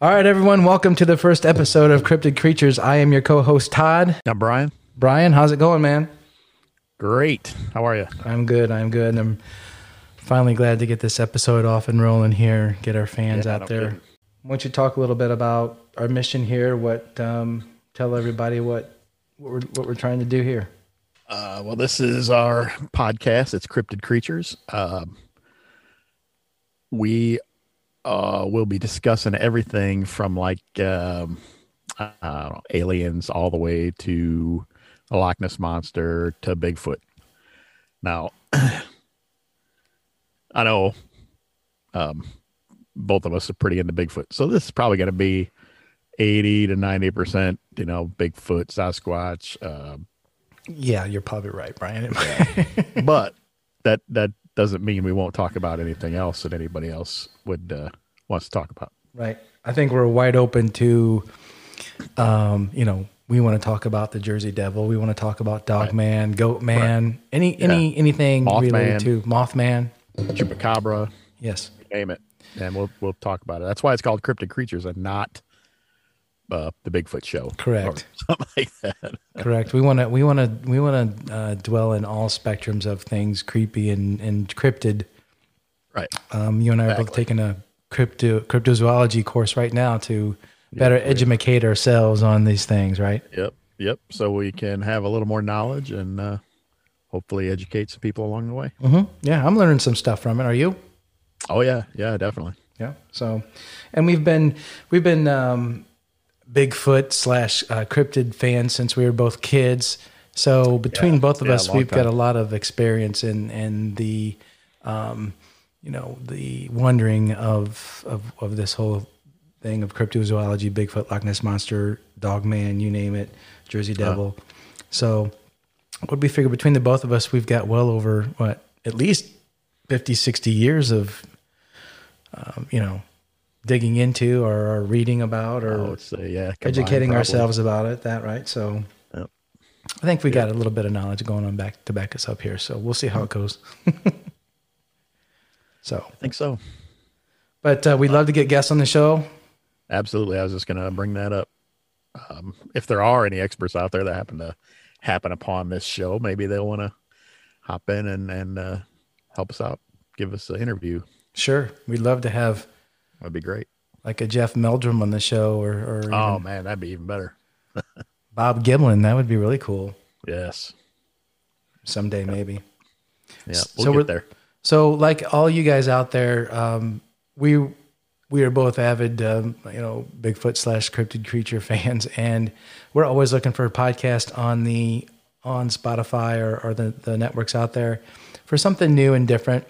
All right, everyone, welcome to the first episode of Cryptid Creatures. I am your co host, Todd. Now, Brian, Brian, how's it going, man? great. How are you? I'm good. I'm good. And I'm finally glad to get this episode off and rolling here, get our fans Yeah, out no there. kidding. Why don't you talk a little bit about our mission here? What, um, tell everybody what, what, we're, what we're trying to do here. Uh, well, this is our podcast. It's Cryptid Creatures. Um, we uh, will be discussing everything from like um, I don't know, aliens all the way to the Loch Ness monster to Bigfoot. Now, I know um, both of us are pretty into Bigfoot, so this is probably going to be eighty to ninety percent, you know, Bigfoot, Sasquatch. Um, Yeah, you're probably right, Brian. but that that doesn't mean we won't talk about anything else that anybody else would uh, wants to talk about. Right. I think we're wide open to, um, you know, we want to talk about the Jersey Devil. We want to talk about Dog Man, Goat Man, any any anything related Mothman. to Mothman. Chupacabra, Yes. name it, and we'll we'll talk about it. That's why it's called Cryptid Creatures and not uh, the Bigfoot Show. Correct. Or something like that. Correct. We want to we want to we want to uh, dwell in all spectrums of things creepy and and cryptid. Right. Um, you and I are both Exactly. taking a crypto cryptozoology course right now to better educate ourselves on these things. Right. Yep. Yep. So we can have a little more knowledge and uh, hopefully educate some people along the way. hmm Yeah, I'm learning some stuff from it. Are you? Oh yeah. Yeah. Definitely. Yeah. So, and we've been we've been um, Bigfoot slash uh, cryptid fans since we were both kids. So between both of Yeah, us, long we've got time. a lot of experience in in the um, you know the wondering of of of this whole thing of cryptozoology, Bigfoot, Loch Ness monster, Dogman, you name it, Jersey Devil. So what we figure between the both of us, we've got well over what at least 50, 60 years of um, you know digging into or, or reading about or I would say yeah. combined educating probably. ourselves about it. That right? So Yep. I think we got a little bit of knowledge going on back to back us up here. So we'll see how it goes. so, I think so. but uh, we'd love to get guests on the show. Absolutely. I was just going to bring that up. Um, if there are any experts out there that happen to happen upon this show, maybe they'll want to hop in and, and uh, help us out, give us an interview. Sure, we'd love to have That'd be great. like a Jeff Meldrum on the show or, or even Oh, man, that'd be even better. Bob Giblin. That would be really cool Yes. someday, maybe. Yeah, S- we'll so get we're- there. So, like all you guys out there, um, we we are both avid, um, you know, Bigfoot slash cryptid creature fans, and we're always looking for a podcast on the on Spotify or, or the the networks out there for something new and different.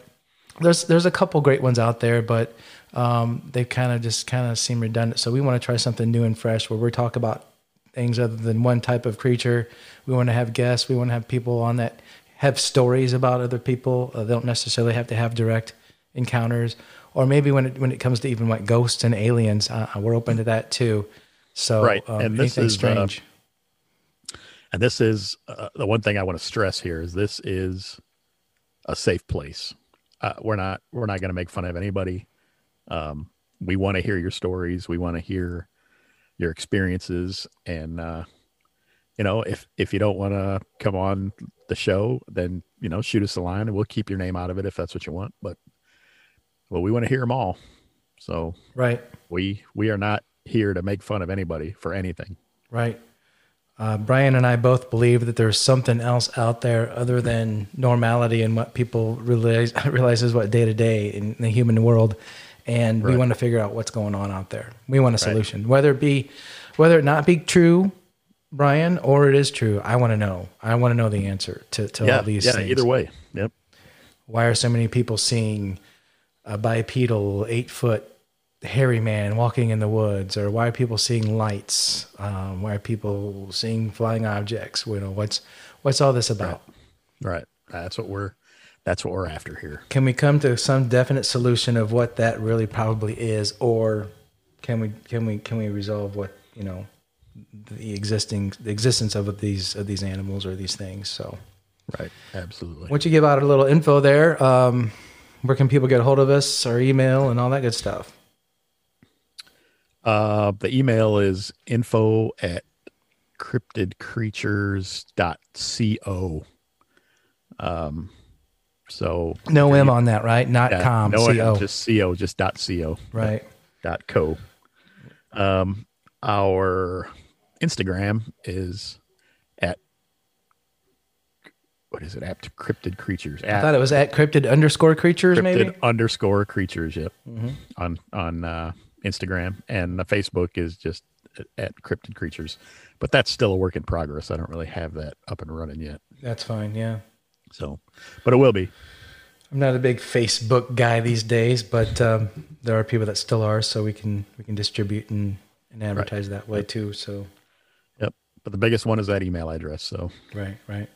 There's there's a couple great ones out there, but um, they kind of just kind of seem redundant. So we want to try something new and fresh where we talk about things other than one type of creature. We want to have guests. We want to have people on that have stories about other people. Uh, they don't necessarily have to have direct encounters, or maybe when it when it comes to even like ghosts and aliens, uh, uh, we're open to that too. So Right, um, and this anything is, uh, strange. And this is uh, the one thing I want to stress here is this is a safe place. Uh, we're not we're not going to make fun of anybody. Um, we want to hear your stories. We want to hear your experiences, and uh, you know if if you don't want to come on the show, then you know shoot us a line, and we'll keep your name out of it if that's what you want. But well, we want to hear them all. So right, we we are not here to make fun of anybody for anything. right. Uh, Brian and I both believe that there's something else out there other than normality and what people realize realizes what day to day in the human world, and we Right. want to figure out what's going on out there. We want a solution, whether it be whether it not be true, Brian, or it is true. I want to know. I want to know the answer to, to all these yeah. things. Either way, yep. Why are so many people seeing a bipedal, eight foot, hairy man walking in the woods? Or why are people seeing lights? Um, why are people seeing flying objects? You know, what's what's all this about? Right. That's what we're that's what we're after here. Can we come to some definite solution of what that really probably is, or can we can we can we resolve what you know the existing the existence of these of these animals or these things? So. Right. Absolutely. Once you give out a little info there, um, where can people get a hold of us, our email, and all that good stuff? Uh, the email is info at cryptidcreatures.co. Um, so No M on that, right? Not yeah, com. no, CO. just co, just dot co, right. dot co. Um, our Instagram is at what is it? Apt cryptid creatures. I thought it was at cryptid underscore creatures, cryptid maybe. underscore creatures. Yep. Mhm. On on uh, Instagram and the Facebook is just at cryptid creatures, but that's still a work in progress. I don't really have that up and running yet. That's fine. Yeah. So, but it will be. I'm not a big Facebook guy these days, but um, there are people that still are, so we can we can distribute and, and advertise that way too. So Yep. But the biggest one is that email address. So right, right.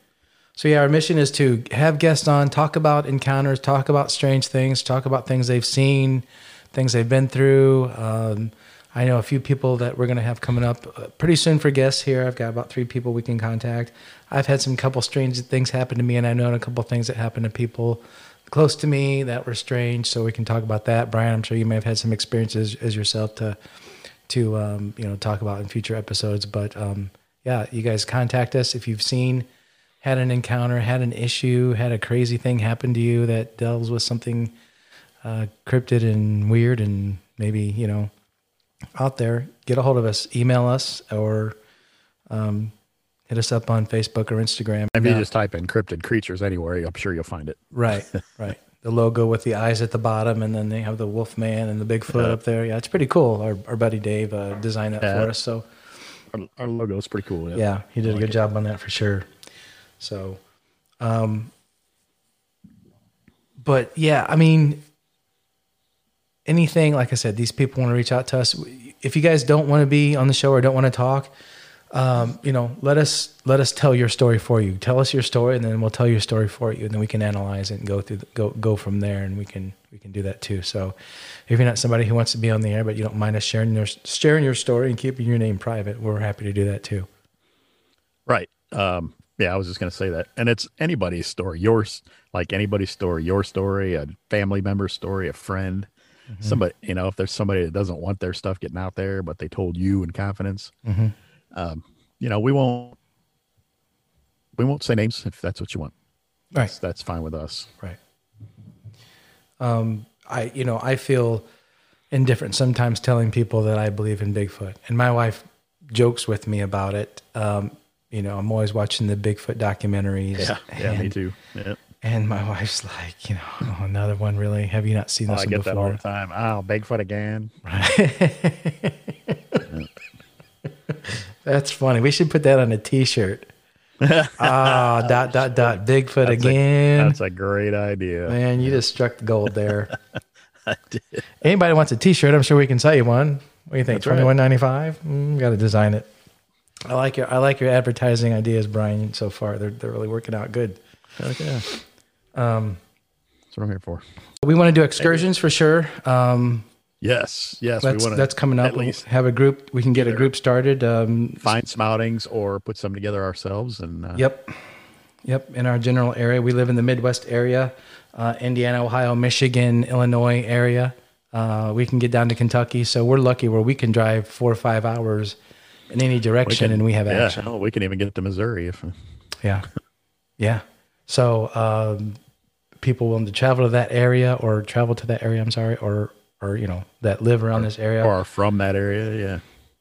So yeah, our mission is to have guests on, talk about encounters, talk about strange things, talk about things they've seen, things they've been through. Um, I know a few people that we're going to have coming up uh, pretty soon for guests here. I've got about three people we can contact. I've had some couple strange things happen to me, and I've known a couple things that happened to people close to me that were strange. So we can talk about that. Brian, I'm sure you may have had some experiences as yourself to to um, you know talk about in future episodes. But um, yeah, you guys contact us if you've seen, had an encounter, had an issue, had a crazy thing happen to you that deals with something uh, cryptid and weird, and maybe you know out there. Get a hold of us, email us, or um, hit us up on Facebook or Instagram. if you Yeah. just type in cryptid creatures anywhere, I'm sure you'll find it. Right, right. The logo with the eyes at the bottom, and then they have the Wolfman and the Bigfoot up there. Yeah, it's pretty cool. Our, our buddy Dave uh, designed that Yeah. for us. So, Our, our logo is pretty cool. yeah, he did a good job on that for sure. So, um, but yeah, I mean, anything like I said, these people want to reach out to us. If you guys don't want to be on the show or don't want to talk, um, you know, let us let us tell your story for you. Tell us your story, and then we'll tell your story for you, and then we can analyze it and go through the, go go from there, and we can we can do that too. So, if you're not somebody who wants to be on the air, but you don't mind us sharing your sharing your story and keeping your name private, we're happy to do that too. Right. Um, yeah, I was just going to say that. And it's anybody's story, yours, like anybody's story, your story, a family member's story, a friend, Mm-hmm. somebody, you know, if there's somebody that doesn't want their stuff getting out there, but they told you in confidence, Mm-hmm. um, you know, we won't, we won't say names if that's what you want. Right. That's, that's fine with us. Right. Um, I, you know, I feel indifferent sometimes telling people that I believe in Bigfoot, and my wife jokes with me about it. Um, you know, I'm always watching the Bigfoot documentaries. Yeah, and, me too. Yeah. And my wife's like, you know, "Oh, another one. Really? Have you not seen Oh, this I one get that all before? the time. Oh, Bigfoot again. That's funny. We should put that on a T-shirt. Ah, dot dot dot. Bigfoot again. That's a great idea. Man, you just struck the gold there. Anybody wants a T-shirt? I'm sure we can sell you one. What do you think? That's right. Twenty one ninety five. Mm, Got to design it. I like your I like your advertising ideas, Brian. So far, they're they're really working out good. Heck yeah. Um, Um, that's what I'm here for. We want to do excursions for sure. Um, Yes, yes, that's wanna that's coming up. At least have a group. We can get a group started. Um, find smoutings or put some together ourselves. And uh, Yep. Yep. In our general area, we live in the Midwest area, uh, Indiana, Ohio, Michigan, Illinois area. Uh, we can get down to Kentucky. So we're lucky where we can drive four or five hours in any direction and we have yeah, action. hell, we can even get to Missouri if Yeah. Yeah. So um, people willing to travel to that area or travel to that area, I'm sorry, or, or you know, that live around this area. or are from that area. Yeah,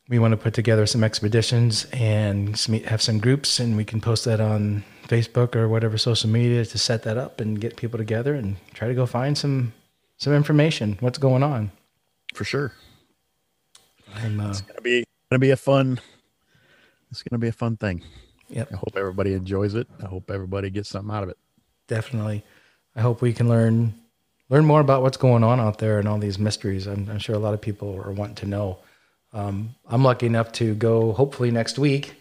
we want to put together some expeditions and some, have some groups, and we can post that on Facebook or whatever social media to set that up and get people together and try to go find some some information. What's going on? for sure. I'm, uh, Gonna be gonna be a fun. It's gonna be a fun thing. yep, I hope everybody enjoys it. I hope everybody gets something out of it. definitely. I hope we can learn learn more about what's going on out there and all these mysteries. I'm, I'm sure a lot of people are wanting to know. Um, I'm lucky enough to go hopefully next week.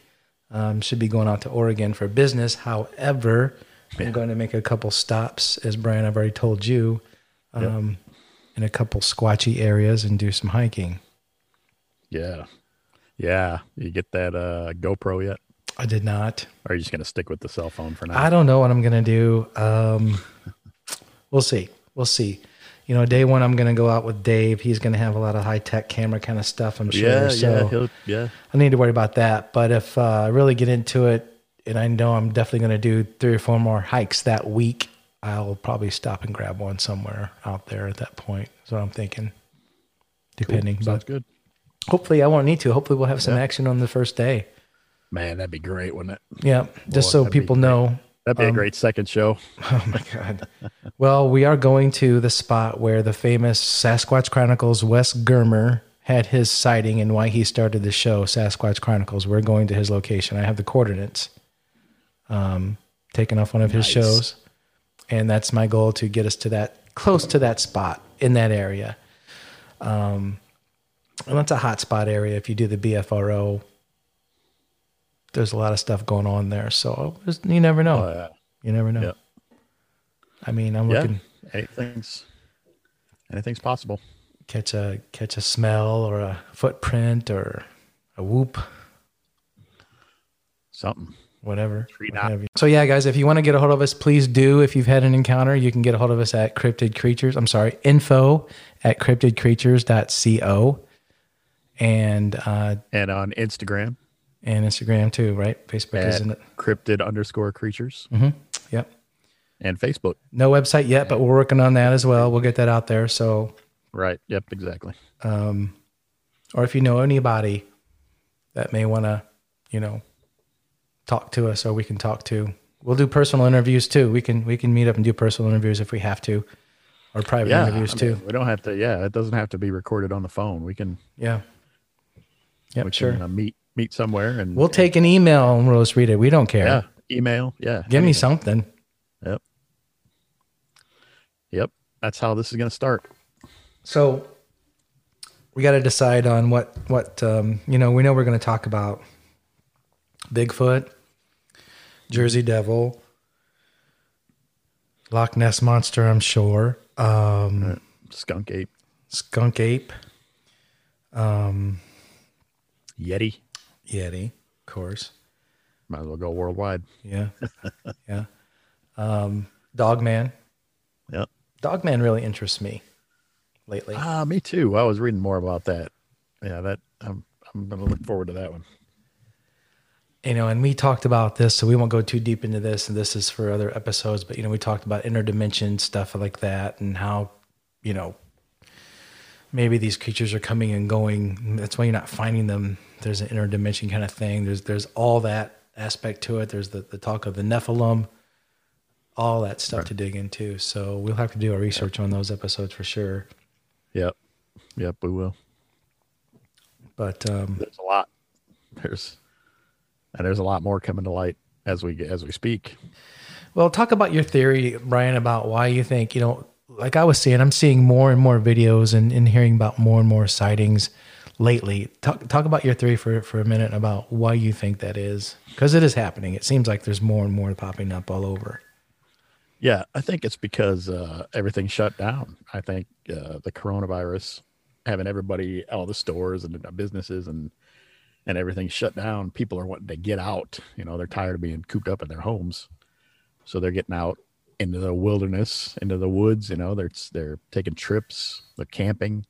Um, should be going out to Oregon for business. However, I'm going to make a couple stops, as Brian, I've already told you, um, in a couple squatchy areas and do some hiking. Yeah, yeah. You get that uh, GoPro yet? I did not. Or are you just gonna stick with the cell phone for now? I don't know what I'm going to do. Um, we'll see. We'll see. you know, day one, I'm going to go out with Dave. He's going to have a lot of high tech camera kind of stuff, I'm sure. Yeah, so yeah, he'll, yeah. I need to worry about that. But if uh, I really get into it, and I know I'm definitely going to do three or four more hikes that week, I'll probably stop and grab one somewhere out there at that point. That's what I'm thinking. Depending, Sounds but good. hopefully I won't need to. Hopefully we'll have some action on the first day. Man, that'd be great, wouldn't it? Yeah, just so that'd be people know. That'd be a great second show. Oh my god. well, we are going to the spot where the famous Sasquatch Chronicles Wes Germer had his sighting and why he started the show Sasquatch Chronicles. We're going to his location. I have the coordinates. Um, taken off one of his Nice. shows, and that's my goal to get us to that close to that spot in that area. Um, and that's a hot spot area if you do the BFRO. There's a lot of stuff going on there, so just- you never know. Uh, You never know. Yeah. I mean, I'm yeah, looking anything's anything's possible. catch a catch a smell or a footprint or a whoop, Something. whatever. Tree what knot. have you. So yeah, guys, if you want to get a hold of us, please do. If you've had an encounter, you can get a hold of us at cryptid creatures. I'm sorry, info at cryptidcreatures.co and uh And on Instagram and Instagram too, right? Facebook at isn't it? cryptid underscore creatures Mm. Yep. and Facebook. No website yet, but we're working on that as well. We'll get that out there. So Right. Yep. Exactly. Um, or if you know anybody that may want to, you know, talk to us or we can talk to. We'll do personal interviews too. We can we can meet up and do personal interviews if we have to, or private Yeah. interviews I too. mean, We don't have to. Yeah. It doesn't have to be recorded on the phone. We can. yeah. Yep, We sure. can uh, meet meet somewhere and we'll take an email and we'll just read it. We don't care. yeah email. Yeah. Give me something. Yep. Yep. That's how this is going to start. So we got to decide on what what um, you know. We know we're going to talk about Bigfoot, Jersey Devil, Loch Ness monster. I'm sure. Um, Skunk ape, Skunk ape, yeti. Yeti, of course. Might as well go worldwide. Yeah, yeah. Um, Dogman. Yep. Dogman really interests me lately. Ah, me too. I was reading more about that. Yeah. That I'm I'm going to look forward to that one. you know, and we talked about this, so we won't go too deep into this, and this is for other episodes, but you know, we talked about interdimension stuff like that and how, you know, maybe these creatures are coming and going. That's why you're not finding them. There's an interdimension kind of thing. There's there's all that aspect to it. There's the, the talk of the Nephilim, all that stuff to dig into. So we'll have to do our research on those episodes for sure. Yep. Yep. We will. But um There's a lot. There's and there's a lot more coming to light as we as we speak. Well, talk about your theory, Brian, about why you think, you know, like I was saying, I'm seeing more and more videos and, and hearing about more and more sightings lately. Talk, talk about your theory for, for a minute about why you think that is. Because it is happening. It seems like there's more and more popping up all over. Yeah, I think it's because uh, everything shut down. I think uh, the coronavirus having everybody, all the stores and the businesses and and everything shut down. People are wanting to get out. You know, they're tired of being cooped up in their homes, so they're getting out into the wilderness, into the woods. You know, they're they're taking trips, they're camping,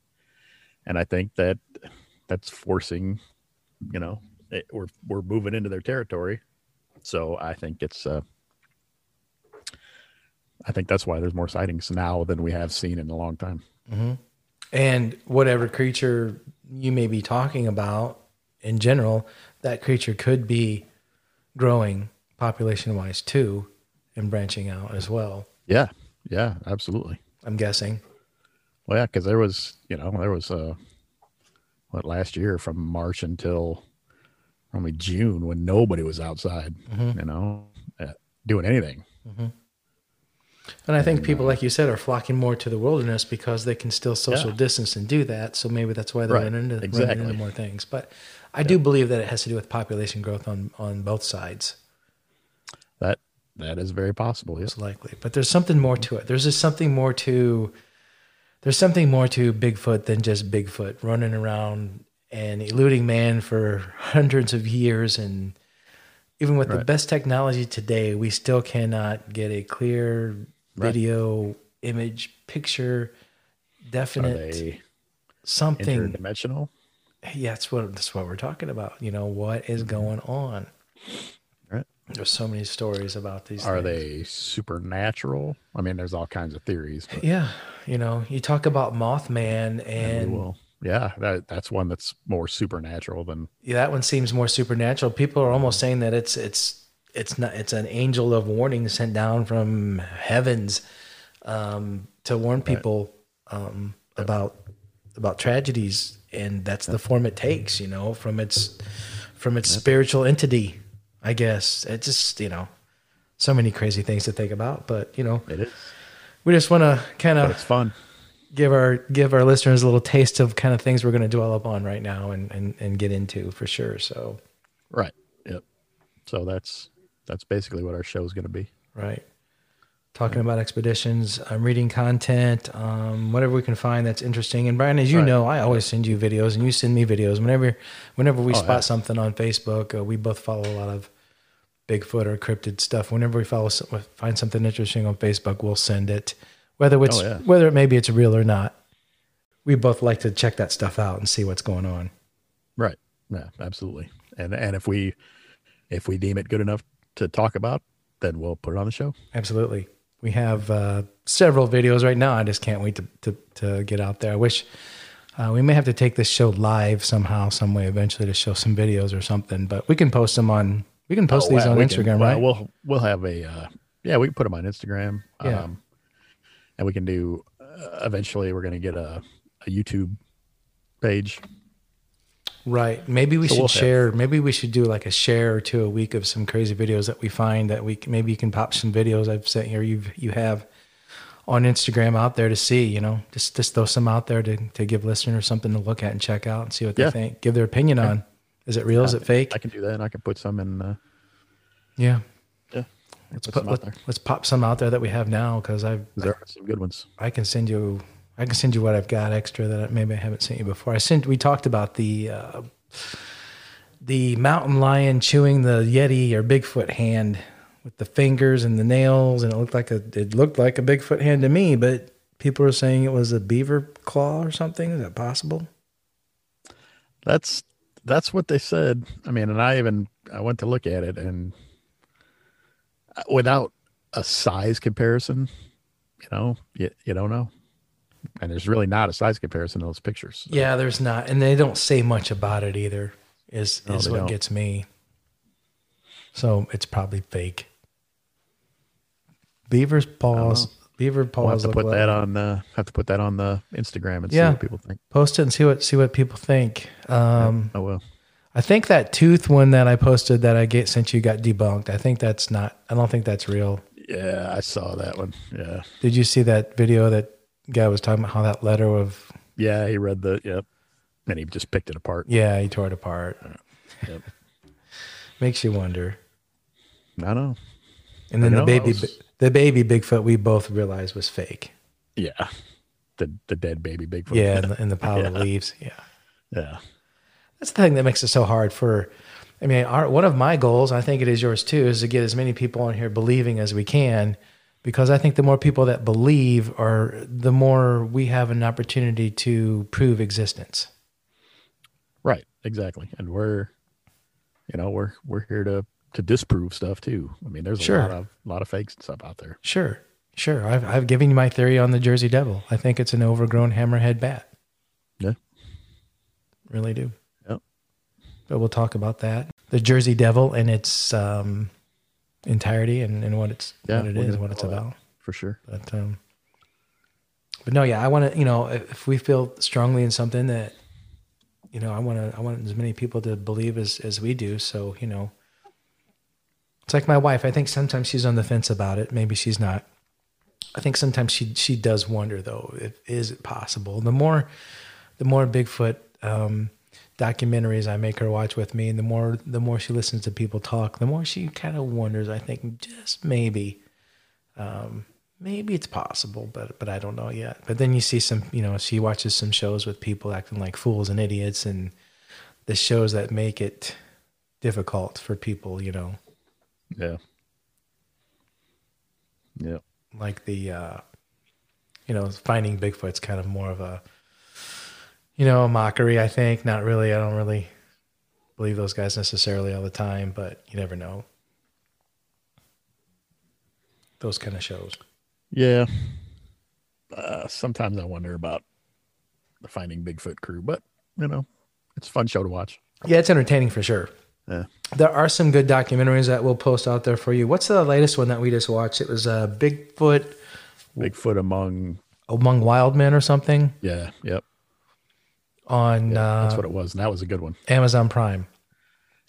and I think that that's forcing. You know, it, we're we're moving into their territory, so I think it's. Uh, I think that's why there's more sightings now than we have seen in a long time. And whatever creature you may be talking about in general, that creature could be growing population wise too and branching out as well, Yeah, yeah, absolutely. I'm guessing. Well, yeah, because there was, you know, there was uh, what last year from March until only June when nobody was outside, you know, uh, doing anything. And I think people, like you said, are flocking more to the wilderness because they can still social Yeah. distance and do that. So maybe that's why they're Right. running, into, running Exactly. into more things. But I do believe that it has to do with population growth on, on both sides. That that is very possible. Yes. It's likely. But there's something more to it. There's just something more to there's something more to Bigfoot than just Bigfoot running around and eluding man for hundreds of years and even with the Right. best technology today, we still cannot get a clear Right. video, image, picture, Are definite they something. interdimensional? Yeah, that's what that's what we're talking about. You know what is going on? Mm-hmm. Right. There's so many stories about these. Are things. they supernatural? I mean, there's all kinds of theories. But Yeah, you know, you talk about Mothman, and and we will. Yeah, that, that's one that's more supernatural than yeah, that one seems more supernatural. People are almost saying that it's it's it's not it's an angel of warning sent down from heavens um, to warn people um, about about tragedies, and that's the form it takes. You know, from its from its spiritual entity, I guess. It just you know, so many crazy things to think about. But you know, it is. we just want to kind But of it's fun. give our give our listeners a little taste of kind of things we're going to dwell upon right now and and, and get into for sure so Right. Yep. So that's that's basically what our show is going to be. right talking about expeditions i'm reading content um, whatever we can find that's interesting and brian as you Right. know i always send you videos and you send me videos whenever whenever we Oh, spot yeah. something on facebook uh, we both follow a lot of bigfoot or cryptid stuff whenever we follow some- find something interesting on facebook we'll send it whether it's Oh, yeah. whether it maybe it's real or not we both like to check that stuff out and see what's going on Right. Yeah. Absolutely. And and if we if we deem it good enough to talk about, then we'll put it on the show. Absolutely. We have uh, several videos right now. I just can't wait to, to, to get out there. I wish uh, we may have to take this show live somehow, some way eventually to show some videos or something, but we can post them on, we can post Oh, these wow, on we Instagram, can- well, right? We'll we'll have a uh, yeah, we can put them on Instagram. Yeah. Um, and we can do uh, eventually. We're going to get a, a YouTube page. right. Maybe we So should we'll have- share, maybe we should do like a share or two a week of some crazy videos that we find that we, c- maybe you can pop some videos I've sent here. You've, you have on Instagram out there to see, you know, just, just throw some out there to, to give listeners something to look at and check out and see what they Yeah. think, give their opinion on. Is it real? Is it fake? I can do that, and I can put some in. Uh, Yeah. yeah, Let's put, put some out let, there. us pop some out there that we have now because I 'cause there are some good ones. I can send you I can send you what I've got extra that maybe I haven't sent you before. I sent we talked about the uh, the mountain lion chewing the yeti or Bigfoot hand with the fingers and the nails and it looked like a it looked like a Bigfoot hand to me, but people are saying it was a beaver claw or something. Is that possible? That's that's what they said. I mean, and I even I went to look at it, and without a size comparison, you know, you, you don't know. And there's really not a size comparison in those pictures. So, Yeah, there's not, and they don't say much about it either. Is No, is they what don't. gets me. So it's probably fake. Beaver's paws. Beaver paws. We'll have to look put like- that on the have to put that on the Instagram and see Yeah. what people think. Post it and see what see what people think. Um, Oh well, I think that tooth one that I posted that I get sent you got debunked. I think that's not. I don't think that's real. yeah, I saw that one. Yeah, Did you see that video that guy was talking about how that letter of yeah, he read the yep, and he just picked it apart. yeah he tore it apart Yep. makes you wonder. I know. And then You the know, I baby, was- the baby Bigfoot, we both realized was fake. Yeah, the the dead baby Bigfoot. Yeah, in the, in the pile of leaves. Yeah, yeah. that's the thing that makes it so hard for. I mean, our, one of my goals, I think it is yours too, is to get as many people on here believing as we can, because I think the more people that believe, are the more we have an opportunity to prove existence. Right, exactly. And we're you know, we're we're here to to disprove stuff too. I mean, there's a Sure. lot of lot of fake stuff out there. Sure, sure. I've I've given you my theory on the Jersey Devil. I think it's an overgrown hammerhead bat. Yeah. Really do. Yep. but we'll talk about that. The Jersey Devil in its um, entirety and, and what it's Yeah, what it we're is, gonna what it's follow that. about. For sure. But um, but no, yeah, I want to. You know, if, if we feel strongly in something that, you know, I want to. I want as many people to believe as as we do. So you know, it's like my wife. I think sometimes she's on the fence about it. Maybe she's not. I think sometimes she she does wonder though. If, is it possible? The more the more Bigfoot um, documentaries I make her watch with me, and the more the more she listens to people talk, the more she kind of wonders. I think just maybe, um, maybe it's possible, but but I don't know yet. But then you see some, you know, she watches some shows with people acting like fools and idiots, and the shows that make it difficult for people, you know, Yeah. Yeah. like the uh, you know, finding Bigfoot's kind of more of a, you know, a mockery. I think not really. I don't really believe those guys necessarily all the time, but you never know. Those kind of shows. Yeah. Uh, sometimes I wonder about the Finding Bigfoot crew, but you know, it's a fun show to watch. Yeah, it's entertaining for sure. Yeah. There are some good documentaries that we'll post out there for you. What's the latest one that we just watched? It was uh, Bigfoot Bigfoot among Among Wild Men or something yeah, yep. on That's uh, what it was. And that was a good one. Amazon Prime.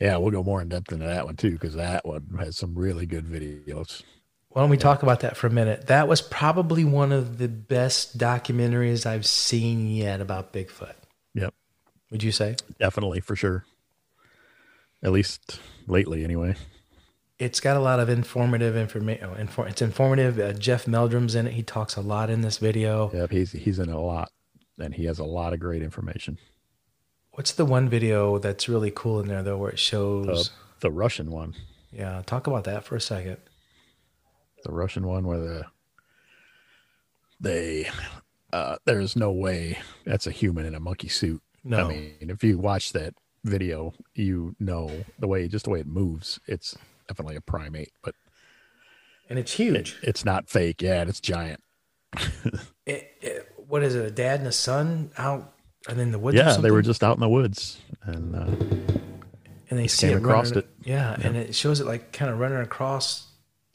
Yeah, we'll go more in depth into that one too, because that one has some really good videos. Why don't we talk about that for a minute? That was probably one of the best documentaries I've seen yet about Bigfoot. Yep. Would you say? Definitely for sure. At least lately anyway. it's got a lot of informative information. Infor- it's informative. Uh, Jeff Meldrum's in it. He talks a lot in this video. Yep, he's he's in a lot and he has a lot of great information. What's the one video that's really cool in there though, where it shows? Uh, The Russian one. yeah, talk about that for a second. the Russian one where the they uh there's no way that's a human in a monkey suit. No, I mean, if you watch that video, you know the way just the way it moves, it's definitely a primate, but and it's huge. it's not fake. Yeah, and it's giant. It, it, what is it? A dad and a son out, and then the woods. or yeah, they were something? just out in the woods and uh, and they see came it across running- it. Yeah, and it shows it like kind of running across,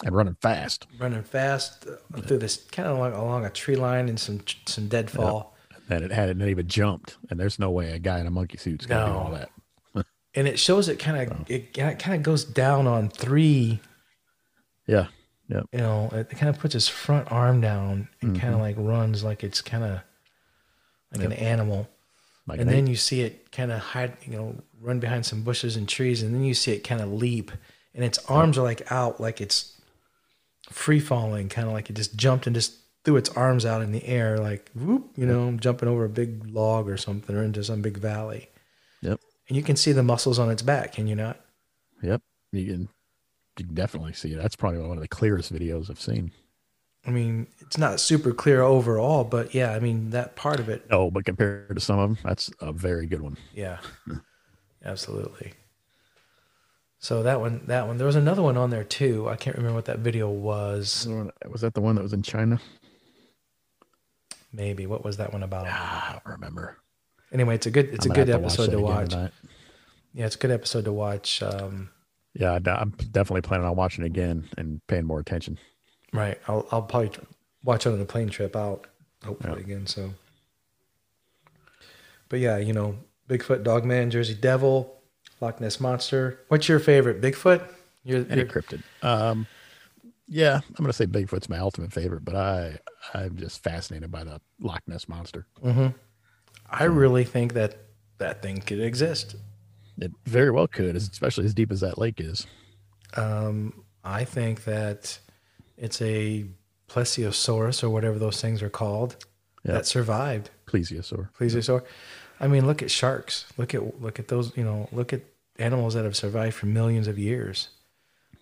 and running fast. running fast uh, through this kind of along, along a tree line and some some deadfall. And it hadn't even jumped. And there's no way a guy in a monkey suit's gonna do No. all that. And it shows it kind of it kind of goes down on three Yeah. you know, it kind of puts his front arm down and Mm-hmm. kind of like runs like it's kind of like an animal. Like And an then you see it kind of hide, you know, run behind some bushes and trees, and then you see it kind of leap, and its arms are like out, like it's free falling, kind of like it just jumped and just threw its arms out in the air, like whoop, you know, jumping over a big log or something or into some big valley. Yep. And you can see the muscles on its back, can you not? Yep. You can, you can definitely see it. That's probably one of the clearest videos I've seen. I mean, it's not super clear overall, but yeah, I mean, that part of it No, Oh, but compared to some of them, that's a very good one. Yeah, absolutely. So that one, that one. There was another one on there too. I can't remember what that video was. Was that the one that was in China? Maybe what was that one about? Ah, I don't remember. Anyway, it's a good, it's I'm a gonna good have watch episode that to again watch. tonight. Yeah, it's a good episode to watch. Um, Yeah, I d- I'm definitely planning on watching it again and paying more attention. right, I'll I'll probably tr- watch it on the plane trip out, hopefully again. So, but yeah, you know, Bigfoot, Dogman, Jersey Devil, Loch Ness Monster. What's your favorite Bigfoot? Your, Any your cryptid? Um, yeah, I'm gonna say Bigfoot's my ultimate favorite, but I I'm just fascinated by the Loch Ness monster. I really think that that thing could exist. It very well could, especially as deep as that lake is. I think that it's a plesiosaurus or whatever those things are called that survived. Plesiosaur. Plesiosaur. I mean, look at sharks. Look at look at those. You know, look at animals that have survived for millions of years.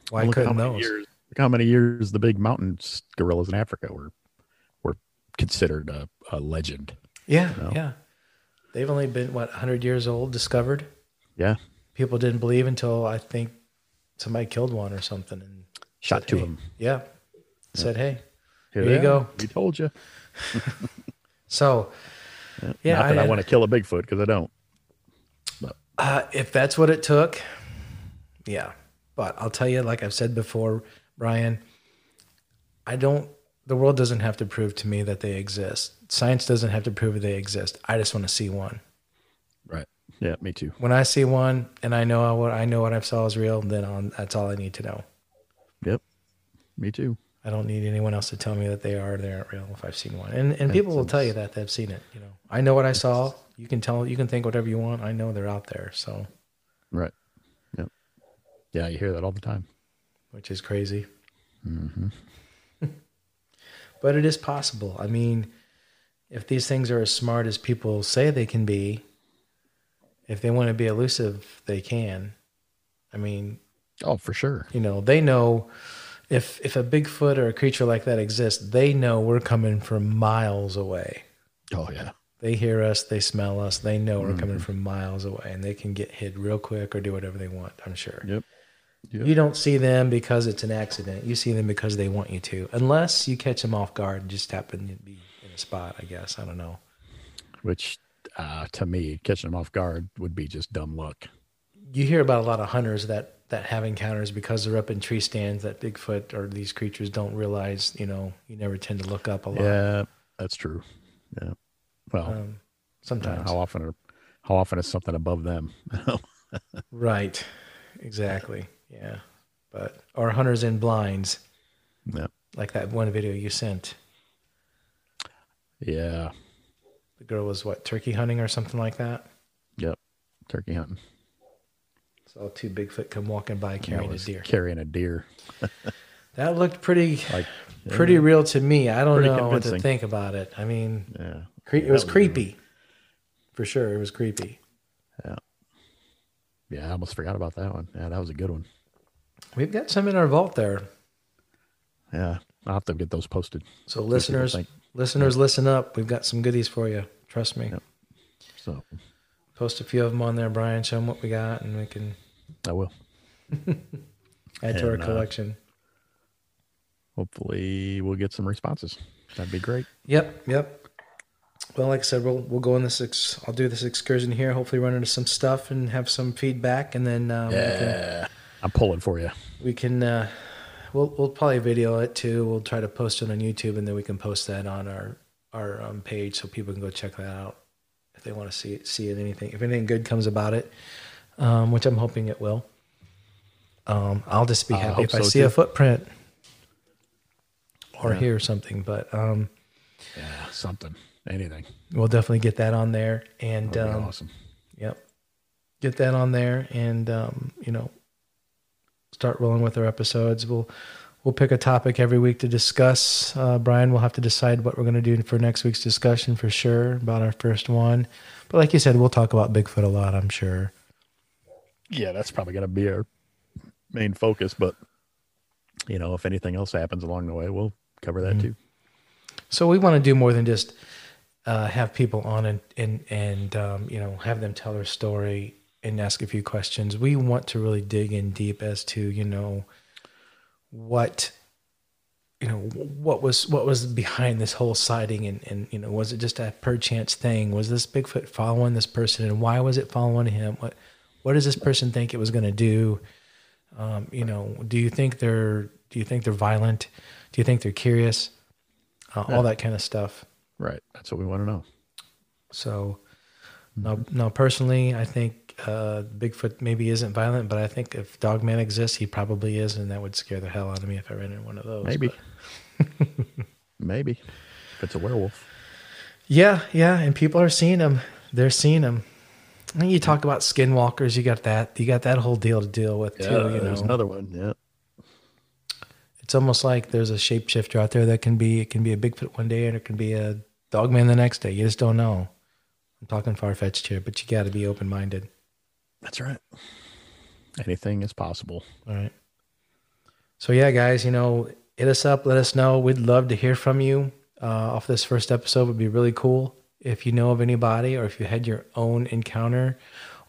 Why look how couldn't many those? years look how many years the big mountain s- gorillas in Africa were were considered a, a legend. Yeah, yeah. They've only been what hundred years old. Discovered. Yeah, People didn't believe until I think somebody killed one or something. And shot to hey, him. Yeah, said hey. Here you go. We told you. So, yeah, Not that I, uh, had- want to kill a Bigfoot because I don't. Uh, if that's what it took, yeah. But I'll tell you, like I've said before, Brian, I don't, the world doesn't have to prove to me that they exist. Science doesn't have to prove they exist. I just want to see one. Right. Yeah, me too. When I see one and I know what I know what I saw is real, then i that's all I need to know. Yep. Me too. I don't need anyone else to tell me that they are or they aren't real if I've seen one. And and people will tell you that they've seen it. You know, I know what I saw. You can tell, you can think whatever you want. I know they're out there. So, Right. Yep. Yeah, you hear that all the time. which is crazy. but it is possible. I mean, if these things are as smart as people say they can be, if they want to be elusive, they can. I mean, Oh, for sure. you know, they know if if a Bigfoot or a creature like that exists, they know we're coming from miles away. Oh yeah. They hear us, they smell us, they know Mm-hmm. we're coming from miles away, and they can get hid real quick or do whatever they want. I'm sure. Yep. Yep. You don't see them because it's an accident. You see them because they want you to, unless you catch them off guard and just happen to be in a spot. I guess I don't know. Which uh, to me, catching them off guard would be just dumb luck. you hear about a lot of hunters that that have encounters because they're up in tree stands that Bigfoot or these creatures don't realize, you know, you never tend to look up a lot Yeah, that's true. Yeah. Well, um, I don't know sometimes. uh, how often are, how often is something above them? Right. Exactly. Yeah. But or hunters in blinds, yeah. like that one video you sent. Yeah. The girl was what, turkey hunting or something like that? Yep. Turkey hunting. Saw two Bigfoot come walking by That carrying a was deer. Carrying a deer. That looked pretty Like pretty real to me. I don't Pretty know what convincing. to think about it. I mean, Yeah. cre- it was That creepy. For sure, it was creepy. Yeah, I almost forgot about that one. Yeah, that was a good one. We've got some in our vault there. Yeah. I'll have to get those posted. So listeners, think. listeners, listen up. We've got some goodies for you. Trust me. Yep. So Post a few of them on there, Brian. Show them what we got, and we can I will. add to our And, uh, collection. Hopefully we'll get some responses. That'd be great. Yep, yep. Well, like I said, we'll we'll go on this. Ex- I'll do this excursion here. Hopefully, run into some stuff and have some feedback, and then um, I'm pulling for you. we can we can uh, we'll we'll probably video it too. We'll try to post it on YouTube, and then we can post that on our our um, page so people can go check that out if they want to see it, see it anything if anything good comes about it, um, which I'm hoping it will. Um, I'll just be happy hope if I so, see too. a footprint or hear something, but. Um, Yeah, something. Anything. We'll definitely get that on there, and That'd be um, awesome. yep, get that on there, and um, you know, start rolling with our episodes. We'll we'll pick a topic every week to discuss. Uh, Brian, we'll have to decide what we're going to do for next week's discussion for sure about our first one. But like you said, we'll talk about Bigfoot a lot, I'm sure. yeah, that's probably going to be our main focus. But you know, if anything else happens along the way, we'll cover that Mm-hmm. too. So we want to do more than just uh, have people on and and and um, you know have them tell their story and ask a few questions. We want to really dig in deep as to you know what you know what was what was behind this whole sighting and and you know was it just a perchance thing? Was this Bigfoot following this person and why was it following him? What what does this person think it was going to do? Um, you know, do you think they're do you think they're violent? Do you think they're curious? uh, all that kind of stuff. Right. That's what we want to know. So, Mm-hmm. now, now personally, I think uh, Bigfoot maybe isn't violent, but I think if Dogman exists, he probably is, and that would scare the hell out of me if I ran into one of those. Maybe. but- Maybe. If it's a werewolf. yeah, yeah, and people are seeing him. They're seeing him. And you talk about skinwalkers. You got that. You got that whole deal to deal with too. You know, there's another one. Yeah. it's almost like there's a shapeshifter out there that can be. It can be a Bigfoot one day, and it can be a Dogman the next day. You just don't know. I'm talking far fetched here, but you got to be open minded. That's right. Anything is possible. All right. So yeah, guys, you know, hit us up. Let us know. We'd love to hear from you. Uh, off this first episode would be really cool. If you know of anybody, or if you had your own encounter,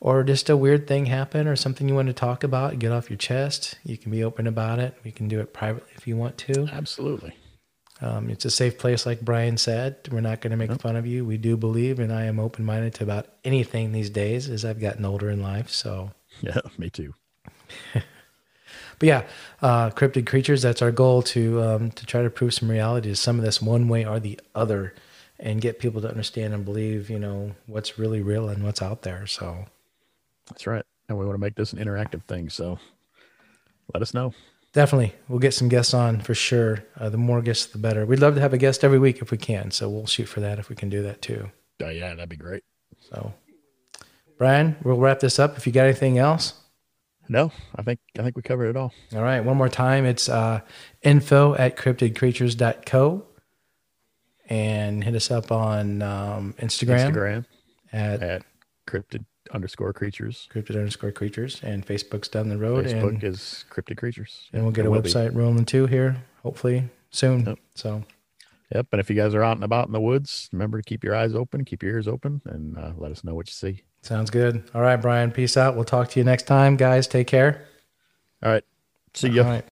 or just a weird thing happen, or something you want to talk about, get off your chest. You can be open about it. We can do it privately if you want to. Absolutely. Um, it's a safe place, like Brian said. We're not going to make fun of you. We do believe, and I am open minded to about anything these days as I've gotten older in life. So. Yeah. Me too. But yeah, uh, cryptid creatures. That's our goal to um, to try to prove some reality to some of this one way or the other, and get people to understand and believe. You know what's really real and what's out there. So That's right. And we want to make this an interactive thing. So let us know. definitely, we'll get some guests on for sure. Uh, the more guests, the better. We'd love to have a guest every week if we can. So we'll shoot for that if we can do that too. Uh, yeah. That'd be great. So, Brian, we'll wrap this up. If you got anything else. No, I think, I think we covered it all. All right, one more time. It's uh, info at cryptidcreatures.co and hit us up on um, Instagram, Instagram at at cryptid underscore creatures. Cryptid underscore creatures and Facebook's down the road. Facebook and, is cryptid creatures. and we'll get It a will be. website rolling too here, hopefully soon. Yep. So Yep. And if you guys are out and about in the woods, remember to keep your eyes open, keep your ears open, and uh, let us know what you see. sounds good. All right, Brian, peace out. We'll talk to you next time, guys. Take care. All right. See ya. All right.